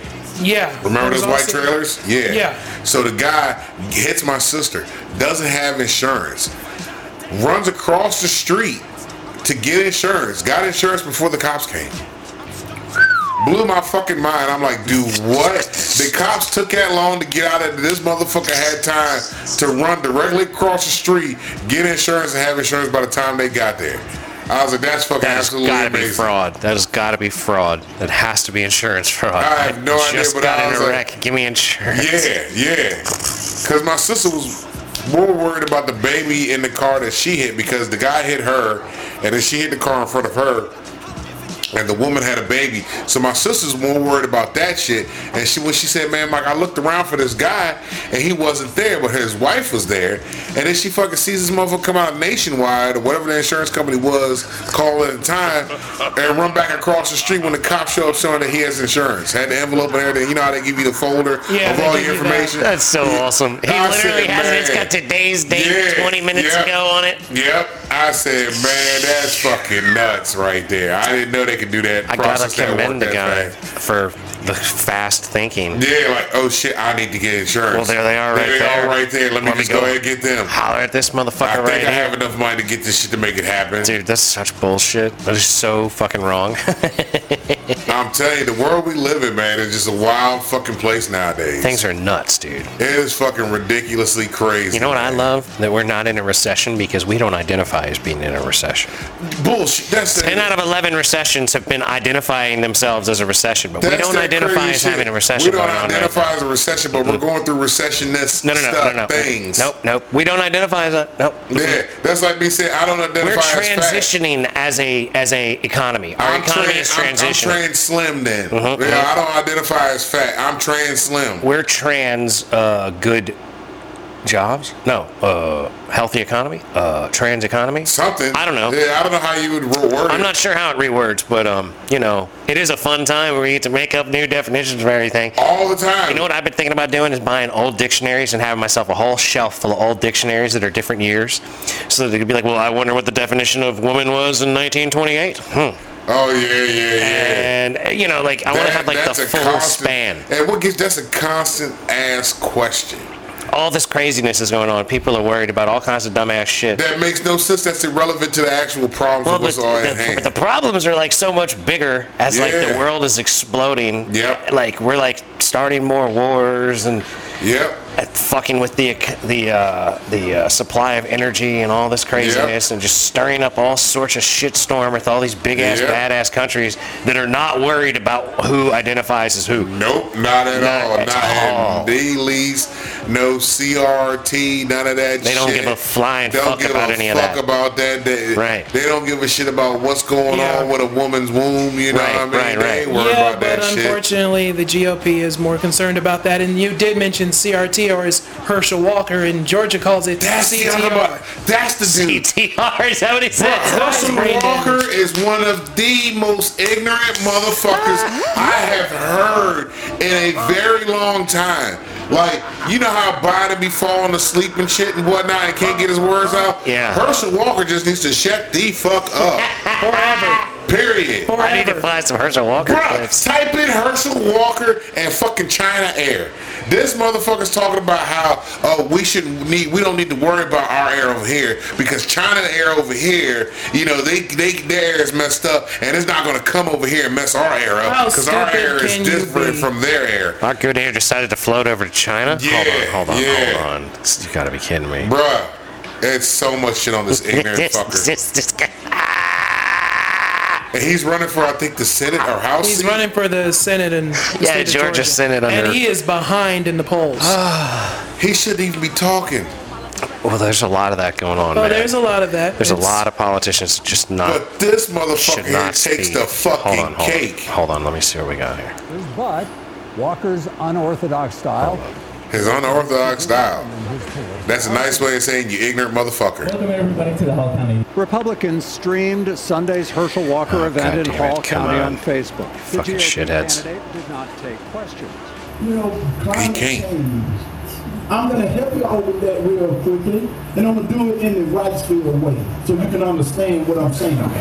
yeah. Remember It was those white also- trailers? Yeah. Yeah. So the guy hits my sister, doesn't have insurance, runs across the street to get insurance, got insurance before the cops came. Blew my fucking mind. I'm like, dude, what? The cops took that long to get out of this motherfucker had time to run directly across the street, get insurance, and have insurance by the time they got there. I was like, that's fucking That has absolutely gotta be amazing. fraud. That has gotta be fraud. That has to be insurance fraud. I have no idea, Just but got I in was a like- wreck. Give me insurance. Yeah, yeah. Because my sister was more worried about the baby in the car that she hit because the guy hit her and then she hit the car in front of her. And the woman had a baby, so my sister's more worried about that shit. And she, when she said, "Man, Mike, I looked around for this guy, and he wasn't there, but his wife was there." And then she fucking sees this motherfucker come out nationwide or whatever the insurance company was, call at the time, and run back across the street when the cops show up showing that he has insurance, had the envelope and everything. You know how they give you the folder Yeah, of they all give your you that. information. That's so awesome. He I literally said, has it. It's "Man." got today's date Yeah, 20 minutes yeah. ago on it. Yep, I said, man, that's fucking nuts right there. I didn't know they could do that. I gotta process that work commend the that guy fast. for the fast thinking. Yeah, like, oh shit, I need to get insurance. Well, there they are right they there. Are right there. Let me Let me just go. go. ahead and get them. Holler at this I motherfucker think right I here. have enough money to get this shit to make it happen. Dude, that's such bullshit. That is so fucking wrong. I'm telling you, the world we live in, man, is just a wild fucking place nowadays. Things are nuts, dude. it is fucking ridiculously crazy. You know what I man. love? That we're not in a recession because we don't identify as being in a recession. Bullshit. That's the, 10 out of 11 recessions have been identifying themselves as a recession, but that's we don't that identify crazy as shit. having a recession We don't going on right identify now. Mm-hmm. as a recession, but we're going through recessionist No, no, no, stuff no, no. things. Nope, nope. We don't identify as a. Nope. Yeah, that's like me saying I don't identify We're as fat. transitioning as a as a economy. Our I'm economy tran- is I'm- transitioning. I'm, trans slim then. Mhm, yeah, mhm. I don't identify as fat. I'm trans slim. we're trans uh, good jobs. No, uh, healthy economy. Uh, trans economy. Something. I don't know. Yeah, I don't know how you would word it. I'm not sure how it rewords, but um, you know, it is a fun time where you get to make up new definitions for everything. all the time. You know what I've been thinking about doing is buying old dictionaries and having myself a whole shelf full of old dictionaries that are different years, so that it could be like, well, I wonder what the definition of woman was in 1928. Hmm. Oh yeah, yeah, yeah. And uh, you know, like I want to That- have like the that's a full constant- span. And what gets that's a constant ass question. All this craziness is going on. People are worried about all kinds of dumbass shit. That makes no sense. That's irrelevant to the actual problems Well, of but what's all at the, hand. but the problems are like so much bigger as like the Yeah. world is exploding. Yep. Like we're like starting more wars and yep. uh, fucking with the ec- the uh, the uh, supply of energy and all this craziness and just stirring up all sorts of shitstorm with all these big ass Yep. badass countries that are not worried about who identifies as who. Nope, not at Not all. at not all. at the least. No CRT, none of that shit. They don't give a flying Don't fuck give about a any of fuck that. about that. They, Right. They don't give a shit about what's going Yeah. on with a woman's womb. You know Right, what I mean? right, they right. ain't worried yeah, about but that shit. unfortunately, the GOP is more concerned about that. And you did mention CRT, or as Herschel Walker in Georgia calls it, That's the other CTR. one. That's the dude. ETR is that what he said? Russell Brain Walker is one of the most ignorant motherfuckers I have heard in a very long time. Like, you know how Biden be falling asleep and shit and whatnot and can't get his words out? Yeah. Herschel Walker just needs to shut the fuck up. Forever. Period. I need to Forever. find some Herschel Walker clips. Bruh, type in Herschel Walker and fucking China Air. This motherfucker's talking about how uh, we should need we don't need to worry about our air over here because China Air over here, you know, they they their air is messed up and it's not gonna come over here and mess our air up How because our stupid air is can you different be? from their air. Our good air decided to float over to China. Yeah, hold on, hold on, yeah. hold on. This- You gotta be kidding me. Bruh, it's so much shit on this ignorant This- fucker. this- this guy- And he's running for I think the Senate or House. He's seat. running for the Senate and Yeah, Georgia Senate under- Oh, and he is behind in the polls. He shouldn't even be talking. Well, there's a lot of that going on. oh, man. there's a lot of that. There's a It's- lot of politicians that just not But this should motherfucker here not takes speak. the fucking hold on, hold cake. On, hold on, let me see what we got here. But Walker's unorthodox style His unorthodox style. That's a nice way of saying you ignorant motherfucker. Welcome everybody to the Hall County. Republicans streamed Sunday's Herschel Walker Oh, event in goddammit, Hall come County on. on, Facebook. The Fucking GOP shitheads. candidate Did not take questions. You know, climate can't. change. I'm gonna help y'all with that real quickly, and I'm gonna do it in the Wrightsville way, so you can understand what I'm saying.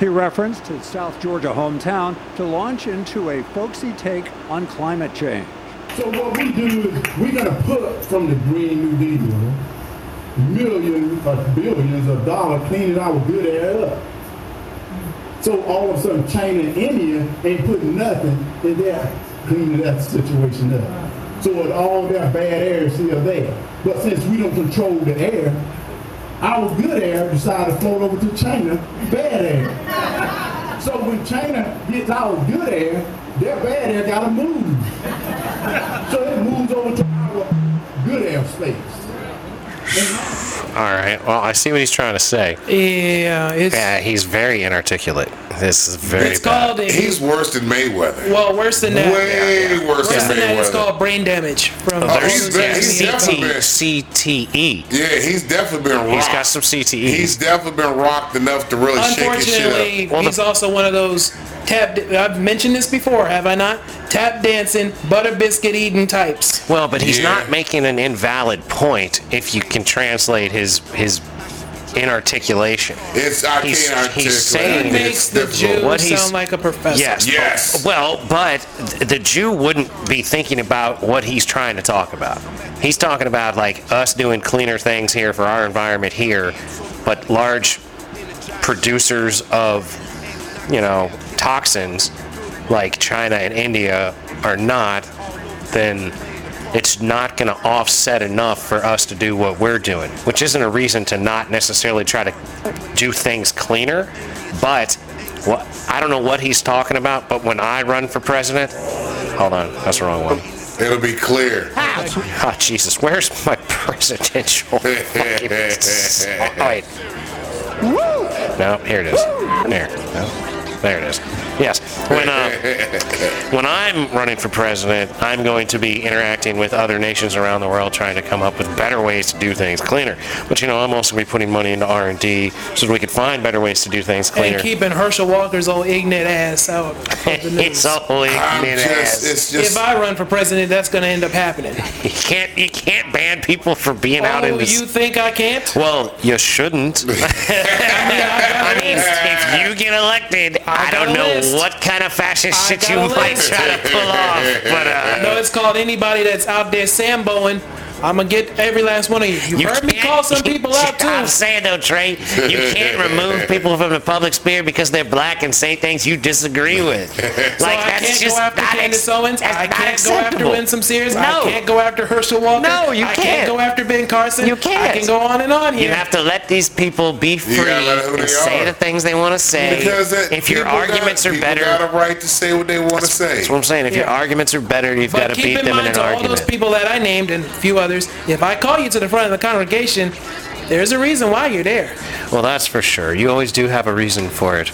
He referenced his South Georgia hometown to launch into a folksy take on climate change. So what we do is we're gonna put from the Green New Deal millions or billions of dollars cleaning our good air up. So all of a sudden, China and India ain't putting nothing in their cleaning that situation up. So it, all their bad air is still there. But since we don't control the air, our good air decided to float over to China bad air. So when China gets our good air, their bad air gotta move. So it moves over to our good air space. All right. Well, I see what he's trying to say. Yeah, it's, Yeah, he's very inarticulate. This is very it's bad. called. A, He's worse than Mayweather. well, worse than that. Way worse Worse than than that, it's Mayweather. called brain damage from. Oh, there's- he's been- yeah, he's CT, definitely been- CTE. Yeah, he's definitely been He's got rocked. some E. CTE. He's definitely been rocked enough to really shake his shit Unfortunately, up. Well, the- he's also one of those tap. I've mentioned this before, have I not? Tap dancing, butter biscuit eating types. well, but he's Yeah. not making an invalid point if you can translate his his inarticulation. It's I he's- can't articulate. he's saying- He It makes the Jew What he's- sound like a professor. Yes. Yes. but- Well, but th- the Jew wouldn't be thinking about what he's trying to talk about. He's talking about like us doing cleaner things here for our environment here, but large producers of you know, toxins like China and India are not, then it's not going to offset enough for us to do what we're doing, which isn't a reason to not necessarily try to do things cleaner. But wha I don't know what he's talking about, but when I run for president, hold on, that's the wrong one. It'll be clear. Oh, Jesus, where's my presidential? fucking slide? No, here it is. There. No, There it is. Yes. When uh, when I'm running for president, I'm going to be interacting with other nations around the world, trying to come up with better ways to do things cleaner. But you know, I'm also be putting money into R and D so that we can find better ways to do things cleaner. And keeping Herschel Walker's old ignorant ass out of the news. it's only I'm an just, ass. it's if just, I run for president, that's going to end up happening. You can't you can't ban people from being out Oh, in the. you think I can't? well, you shouldn't. I mean, if you get elected, I, I got don't a know list. what kind of fascist I shit got you a might list. try to pull off, but uh, No, it's called anybody that's out there samboing. I'm gonna get every last one of you. You, heard me can't- call some people out I'm too. saying though, Trey, you can't remove people from the public sphere because they're black and say things you disagree with. Like So I that's can't just go after not ex- Candace Owens. that's I not can't go after acceptable. Winsome Sears. No. I can't go after Herschel Walker. No, you I can't. can't go after Ben Carson. You can't. I can go on and on here. You have to let these people be free gotta let who to they say are. the things they want to say. because that if your people got- arguments are people better, got a right to say what they want to say. that's what I'm saying. If your Yeah. arguments are better, you've got but to keep beat in them in mind an to all those argument. people that I named and a few others, if I call you to the front of the congregation, there's a reason why you're there. Well, that's for sure. You always do have a reason for it.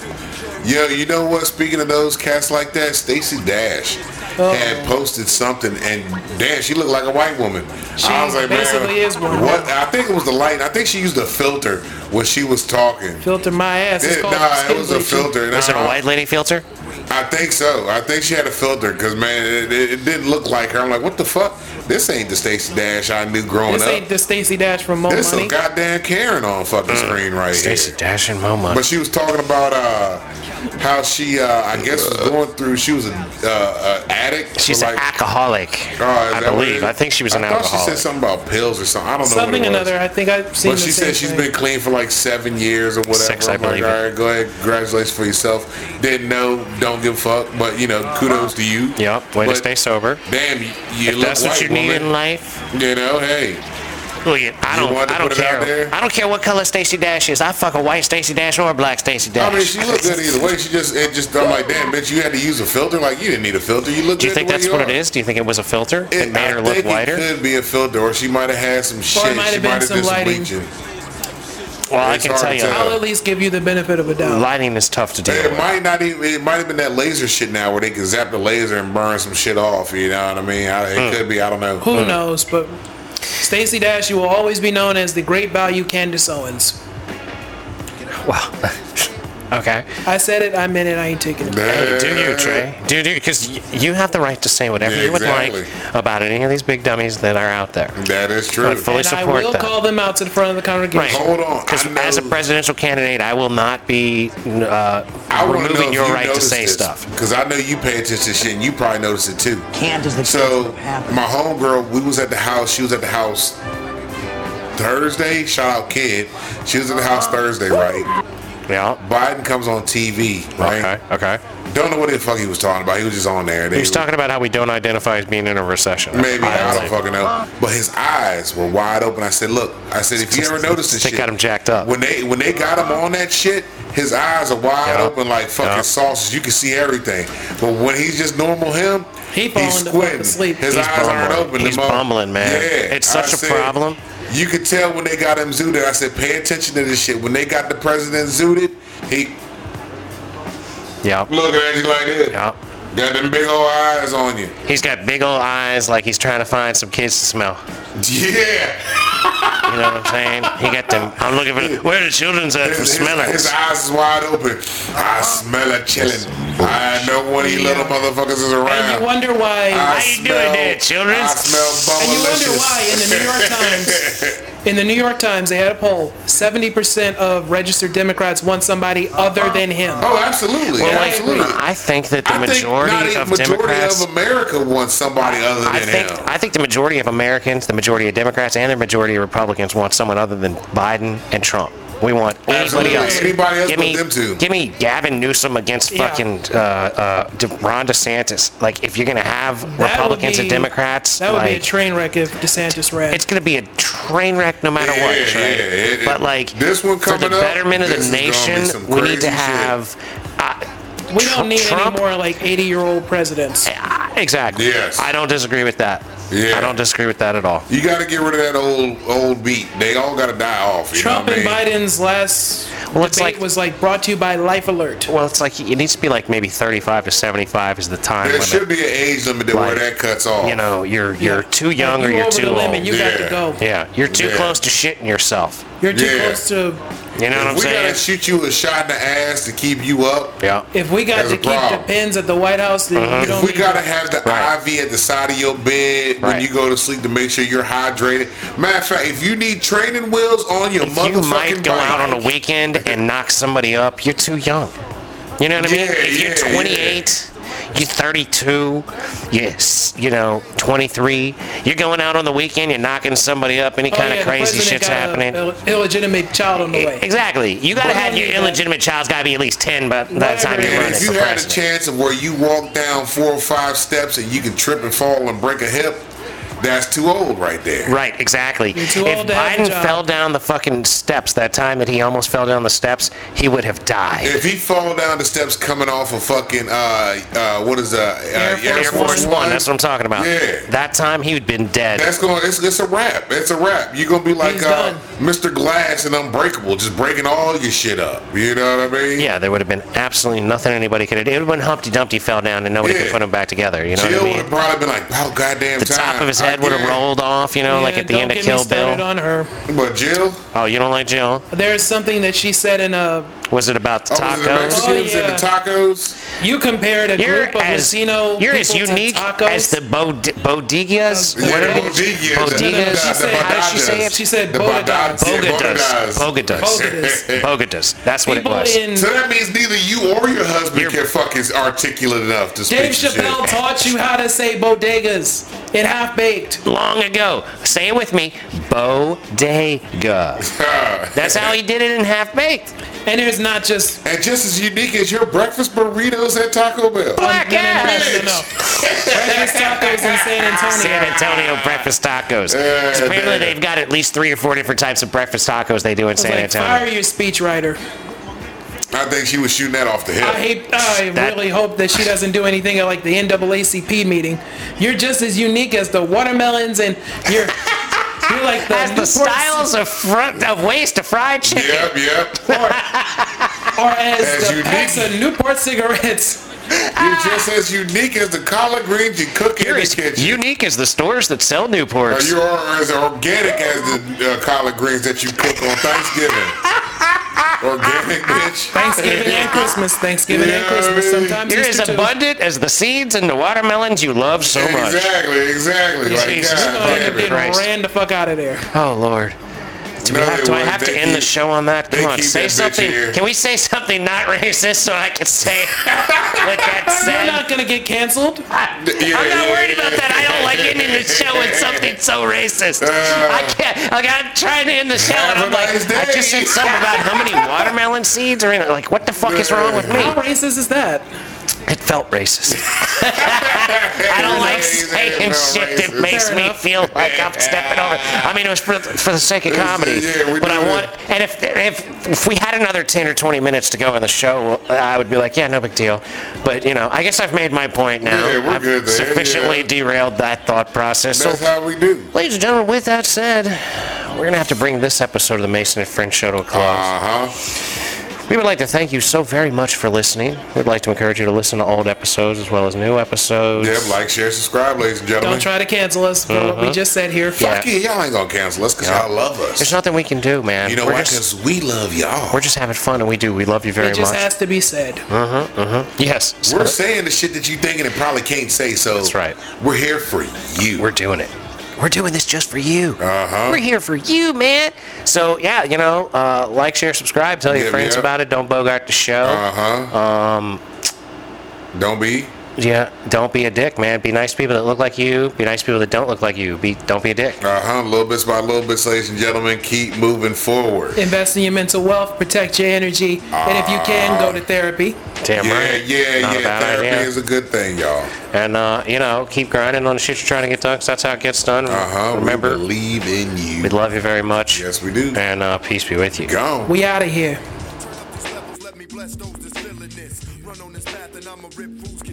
Yo, you know what? Speaking of those cats like that, Stacey Dash Oh. had posted something, and damn, she looked like a white woman. I was like, basically man, is one. what? I think it was the light. I think she used a filter when she was talking. Filter my ass. It's Yeah, called nah, skin it was a bleaching. filter. and Is it a I- white lady filter? I think so. I think she had a filter because man, it, it, it didn't look like her. I'm like, what the fuck? This ain't the Stacey Dash I knew growing This ain't up. the Stacey Dash from Mo This Money. is a goddamn Karen on fucking Mm. screen right Stacey here. Dash and Moma. But she was talking about uh, how she, uh, I guess, was going through. She was an uh, a addict. for She's like, an alcoholic. Oh, is I that what it believe. is? I think she was an I thought alcoholic. She said something about pills or something. I don't know. what Something it was. another. I think I've seen. But the she same said she's thing. been clean for like seven years or whatever. Six, I I'm like, believe it. all right, go ahead, congratulations for yourself. Didn't know, don't give a fuck, but you know, kudos to you. Yep, way to But stay sober. Damn, you, you If look that's what white, you need woman. in life. You know, hey, Look, it, I You don't. wanted to I don't put it out care. there? I don't care what color Stacy Dash is. I fuck a white Stacy Dash or a black Stacy Dash. I mean, she looked good either way. She just, it just, I'm like, damn, bitch, you had to use a filter. Like, you didn't need a filter. You look. Do you good think the way that's you what are. it is? Do you think it was a filter that It, made I her look think whiter? It could be a filter, or she might have had some shit. might have she been might have some did some lighting. bleaching. Well, I It's can hard tell to you, tell. I'll at least give you the benefit of a doubt. lighting is tough to deal It with. might not even. It might have been that laser shit now where they can zap the laser and burn some shit off. You know what I mean? I, it Hmm. could be. I don't know. Mm. Who knows? But Stacey Dash, you will always be known as the great value Candace Owens. Well, okay. I said it. I meant it. I ain't taking it. Hey, do you, Trey? Do you? Because you have the right to say whatever Yeah, you would like exactly. about any of these big dummies that are out there. That is true. I fully And I support will that. call them out to the front of the congregation. Right. Hold on. Because I know- as a presidential candidate, I will not be uh, I wanna know removing if your you right to noticed say this, stuff. Cause I know you pay attention to shit, and you probably notice it too. Can't is the So happen. my homegirl, we was at the house. She was at the house Thursday. Shout out, kid. She was at the house Thursday, right? Yeah. Biden comes on TV, right? Okay. Okay. Don't know what the fuck he was talking about. He was just on there. He was talking about how we don't identify as being in a recession. Maybe I don't believe. fucking know. But his eyes were wide open. I said, "Look," I said, "If you ever noticed this They shit, got him jacked up. When they when they got him on that shit, his eyes are wide Yeah. open like fucking Yeah. sausages. You can see everything. But when he's just normal him, He falling he's the fuck squinting. asleep. His He's eyes aren't bumbling. open. The He's mo- bumbling, man. Yeah, It's such a a problem. You could tell when they got him zooted. I said, "Pay attention to this shit." When they got the president zooted, he Yeah. look at you like this. Yeah. Got them big old eyes on you. He's got big old eyes, like he's trying to find some kids to smell. Yeah. You know what I'm saying? He got them. I'm looking for where the children's at from His, his, his Smellers. eyes is wide open. I smell a chillin'. I know one of you little motherfuckers is And you around. wonder why. I you doing there, children? I smell and you wonder why in the New York Times. In the New York Times, they had a poll. Seventy percent of registered Democrats want somebody other than him. oh, absolutely. Well, like, absolutely. I think that the I think not majority even of majority Democrats. of America wants somebody other than I think him. I think the majority of Americans, the majority of Democrats, and the majority of Republicans want someone other than Biden and Trump. We want anybody Absolutely. else. Anybody else give but me, them two. Give me Gavin Newsom against Yeah. fucking uh, uh, De- Ron DeSantis. Like, if you're gonna have That Republicans would and be- Democrats, That would like, be a train wreck if DeSantis ran. it's gonna be a train wreck no matter Yeah, what. yeah, right? yeah, it- it- but like, this one for the coming up, betterment of this the is gonna be nation, some we need crazy to shit. have. Uh, we don't need Trump, any more like 80 year old presidents. Ah, Exactly. Yes. I don't disagree with that. Yeah. I don't disagree with that at all. You got to get rid of that old old beat. They all got to die off. You Trump know and what I mean? Biden's last Well, it's debate like- was like brought to you by Life Alert. Well, it's like it needs to be like maybe 35 to 75 is the time There limit. should be an age limit that where Like, that cuts off. you know, you're you're Yeah. too young Like, or you you're over too the old. limit, you got Yeah. to go. yeah, you're too Yeah. close to shitting yourself. You're too Yeah. close to. You know what if I'm we saying? gotta shoot you a shot in the ass to keep you up. yeah. If we got There's to a keep the problem. pins at the White House, then Uh-huh. you If don't we need- gotta have the Right. IV at the side of your bed when Right. you go to sleep to make sure you're hydrated. Matter of fact, if you need training wheels on your motherfucking you might go bike, out on a weekend and knock somebody up. You're too young. You know what I mean? Yeah, If you're yeah, yeah. 28, you're 32, yes, you know, 23. You're going out on the weekend. You're knocking somebody up. Any Oh, kind yeah, of the crazy president shit's got a happening. E, Ill- illegitimate child on the way. Exactly. You gotta Well, have your yeah. illegitimate child's gotta be at least ten, but that's not Whatever you're it And running if for you had a president. chance of where you walk down four or five steps and you can trip and fall and break a hip, that's too old right there. Right, exactly. You're too If old to have a Biden job. fell down the fucking steps that time that he almost fell down the steps, he would have died. If he fall down the steps coming off of fucking uh uh what is uh, uh Air, Air Force One, that's what I'm talking about. Yeah. That time he had been dead. That's going. It's, it's a wrap. It's a wrap. You're gonna be like He's uh, done. Mr. Glass and Unbreakable, just breaking all your shit up. You know what I mean? yeah, there would have been absolutely nothing anybody could have done. It would have been Humpty Dumpty fell down and nobody could Yeah. put him back together. You know what Jill would I have mean? probably been like, "Wow, goddamn The time." top of his I head would have can't." rolled off, you know, like Yeah, at the don't end of get me Kill started Bill. on her. But Jill, oh, you don't like Jill? There's something that she said in a. Was it about the oh, was it the tacos? Mexicans and the tacos. You compared a You're group of as Latino you're as people unique to tacos. as the bod- bodegas. Yeah, What the are they? bodegas, No, no, no, she Bodegas. said- How does she say bodegas. it? She said The bodegas. bodegas. Yeah, Bogadas. Bogadas. Bogadas. Bogadas. That's what it people was. in So that means neither you or your husband You're- can fucking articulate enough to speak Dave your shit. Chappelle taught you how to say bodegas in half baked. Long ago. Say it with me. Bodega. That's how he did it in half baked. And there's not just And just as unique as your breakfast burritos at Taco Bell. Black ass. no, no, no. Breakfast tacos in San Antonio. San Antonio breakfast tacos. Yeah, So apparently yeah. they've got at least three or four different types of breakfast tacos they do in It's San like, fire Antonio. your speechwriter. I think she was shooting that off the hip. I hate. I That- really hope that she doesn't do anything at like the NAACP meeting. You're just as unique as the watermelons, and you're you're like the, As the Newport- styles of front of waist to fried chicken. Yep, yep. or as, as the unique. packs of Newport cigarettes. You're just as unique as the collard greens you cook in You're the as kitchen. unique as the stores that sell Or Newports. you are as organic as the uh, collard greens that you cook on Thanksgiving. organic, bitch. Thanksgiving and Christmas. Thanksgiving Yeah, and Christmas. I mean, Sometimes You're it's as two- two. abundant as the seeds and the watermelons you love so much. Exactly, exactly. Like, Jesus God Oh, fucking damn and it. Christ. ran the fuck out of there. Oh Lord. Do, we No, have, they do I wouldn't. have to They end the keep- show on that? they Come on, keep say that bitch something. here. Can we say something not racist so I can say what that You're said? not gonna get canceled. Yeah, I'm not yeah, worried about that. I don't like ending the show with something so racist. I can't. Like I'm trying to end the show, and Uh. Have I'm a like, nice I just day. said something about how many watermelon seeds are in it. Like, what the fuck is wrong with How me? racist is that? It felt racist. I don't like saying shit that makes Fair me enough. feel like I'm stepping over. I mean, it was for, for the sake of It's- comedy. yeah, we but I do want, and if, if if we had another ten or twenty minutes to go on the show, I would be like, yeah, no big deal. But you know, I guess I've made my point now. Yeah, we're I've good there, sufficiently yeah. derailed that thought process. So, That's how we do. ladies and gentlemen, with that said, we're gonna have to bring this episode of the Mason and French Show to a close. Uh huh. We would like to thank you so very much for listening. We'd like to encourage you to listen to old episodes as well as new episodes. Yep, like, share, subscribe, ladies and gentlemen. Don't try to cancel us for what we just said here. Uh-huh. Yeah. Fuck you, y'all ain't gonna cancel us because y'all love us. There's nothing we can do, man. You know We're why? just- Because we love y'all. We're just having fun, and we do. We love you very It just much. has to be said. yes, so We're saying the shit that you thinking and probably can't say. So That's right. We're here for you. we're doing it. We're doing this just for you. Uh-huh. We're here for you, man. So yeah, you know, uh, like, share, subscribe, tell your Yeah, Uh-huh. friends yeah. about it. Don't bogart the show. uh huh. Um. Don't be. yeah, don't be a dick, man. Be nice to people that look like you. Be nice to people that don't look like you. Be don't be a dick. Uh huh. Little bits by little bits, ladies and gentlemen, keep moving forward. Invest in your mental wealth, protect your energy, and if you can, go to therapy. Damn Yeah, right. yeah, Not a yeah. bad Therapy idea. is a good thing, y'all. And uh, you know, keep grinding on the shit you're trying to get done. 'cause that's how it gets done. Uh huh. Remember, we we, believe in you. love you very much. yes, we do. And uh, peace be with you. Gone. We out of here. Let me bless those that's feeling this. Run on this path and I'ma rip fools.